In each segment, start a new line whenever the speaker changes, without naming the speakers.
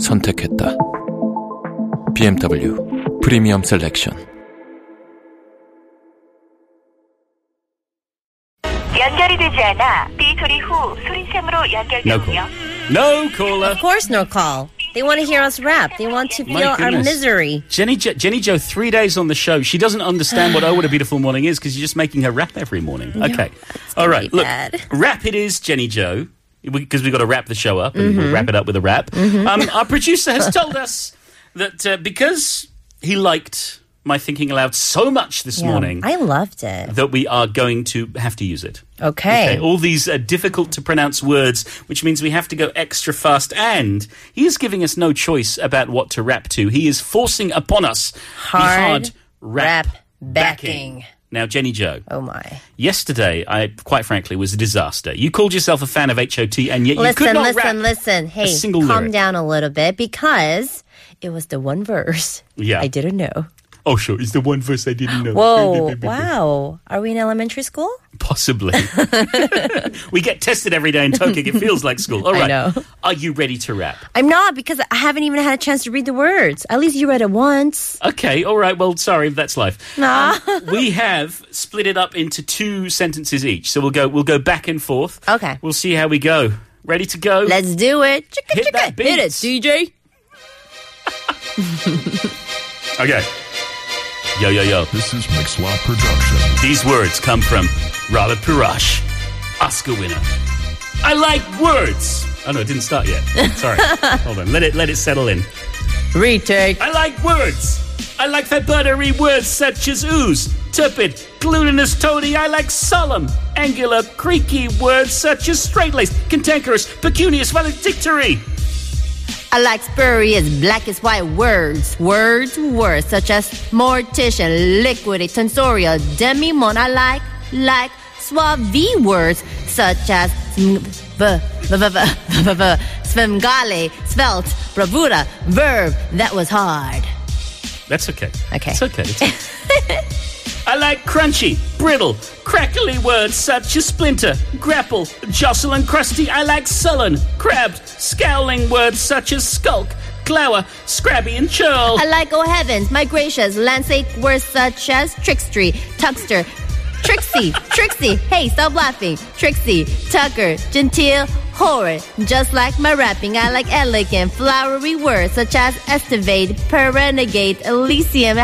선택했다. BMW 프리미엄 셀렉션.
연결이 되지 않아 삐 소리 후 소리샘으로 연결되며
No caller.
Of course, no call. They want to hear us rap. They want to
My
feel our
goodness.
misery.
Jenny jo- Jenny Joe, three days on the show. She doesn't understand what Oh What a Beautiful Morning is because you're just making her rap every morning. okay. All right.
be
Look,
bad.
rap it is, Jenny Joe, because we've got to wrap the show up and
Mm-hmm.
we'll wrap it up with a rap. Um, our producer has told us that uh, because he liked my thinking aloud so much this morning,
I loved it.
that we are going to have to use it.
Okay.
All these are difficult to pronounce words, which means we have to go extra fast. And he is giving us no choice about what to rap to. He is forcing upon us the
Hard
hard rap,
rap backing.
Now, Jenny Joe,
Oh my!
yesterday, I quite frankly was a disaster. You called yourself a fan of HOT, and yet you could
Listen,
not rap
listen, listen. Hey,
single lyric.
calm down a little bit because it was the one verse.
Yeah.
I didn't know.
Oh, sure, it's the one verse I didn't know.
Whoa! wow! Are we in elementary school?
Possibly. we get tested every day in Tokyo. It feels like school. All
I
right.
know.
Are you ready to rap?
I'm not because I haven't even had a chance to read the words. At least you read it once.
Okay, all right. Well, sorry, that's life.
Nah.
we have split it up into two sentences each, so we'll go we'll go back and forth.
Okay.
We'll see how we go. Ready to go?
Let's do it. Chicka,
Hit that
chicka. Hit it,
beat.
DJ.
okay. Yo yo yo.
This is Mixlot Production.
These words come from Robert Pirash, Oscar winner. I like words. Oh no, it didn't start yet. Sorry. Hold on. Let it let it settle in.
Retake.
I like words. I like the buttery words such as ooze, tepid, glutinous, toady. I like solemn, angular, creaky words such as straight-laced, cantankerous, pecunious, valedictory.
I like spurious, black as white words. Words, words such as mortician, liquidate, tonsorial, demimon. I like, like suave words such as sm- v- v- v- v- v- v- svengale, svelte, bravura, verb. That was hard.
That's okay.
Okay.
It's okay. It's I like crunchy, brittle, crackly words such as splinter, grapple, jostle, and crusty. I like sullen, crabbed, scowling words such as skulk, glower, scrabby, and churl.
I like, oh heavens, my gracious, landsake words such as trickstery, tuckster, Trixie, Trixie, hey, stop laughing. Trixie, Tucker, Gentile, horrid. Just like my rapping, I like elegant, flowery words such as estivate, perenegate, Elysium,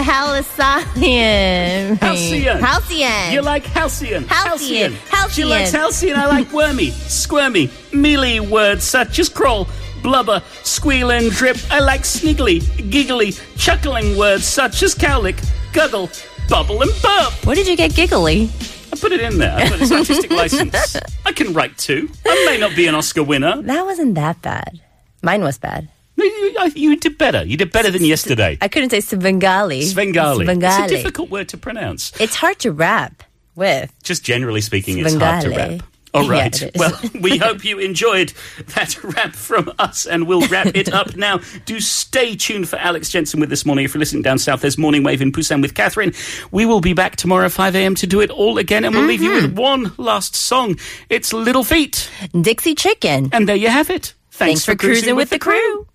Halcyon.
Halcyon.
Halcyon.
You like halcyon.
Halcyon.
She
Halcyon.
likes halcyon. I like wormy, squirmy, mealy words such as crawl, blubber, squeal, and drip. I like sniggly, giggly, chuckling words such as cowlick, guggle, bubble, and burp.
Where did you get giggly?
I put it in there. I put it's artistic license. I can write too. I may not be an Oscar winner.
That wasn't that bad. Mine was bad.
No, You, I- you did better. You did better than yesterday.
I couldn't say Svengali.
Svengali. It's a difficult word to pronounce.
It's hard to rap with.
just generally speaking, it's hard to
Bengali.
rap. All
Yeah,
right.
it is.
well, we hope you enjoyed that rap from us, and we'll wrap it up now. Do stay tuned for Alex Jensen with this morning. If you're listening down south, there's Morning Wave in Busan with Catherine. We will be back tomorrow at 5 a.m. to do it all again, and we'll
Mm-hmm.
leave you with one last song. It's Little Feet,
Dixie Chicken.
and there you have it. Thanks,
Thanks for cruising with the crew.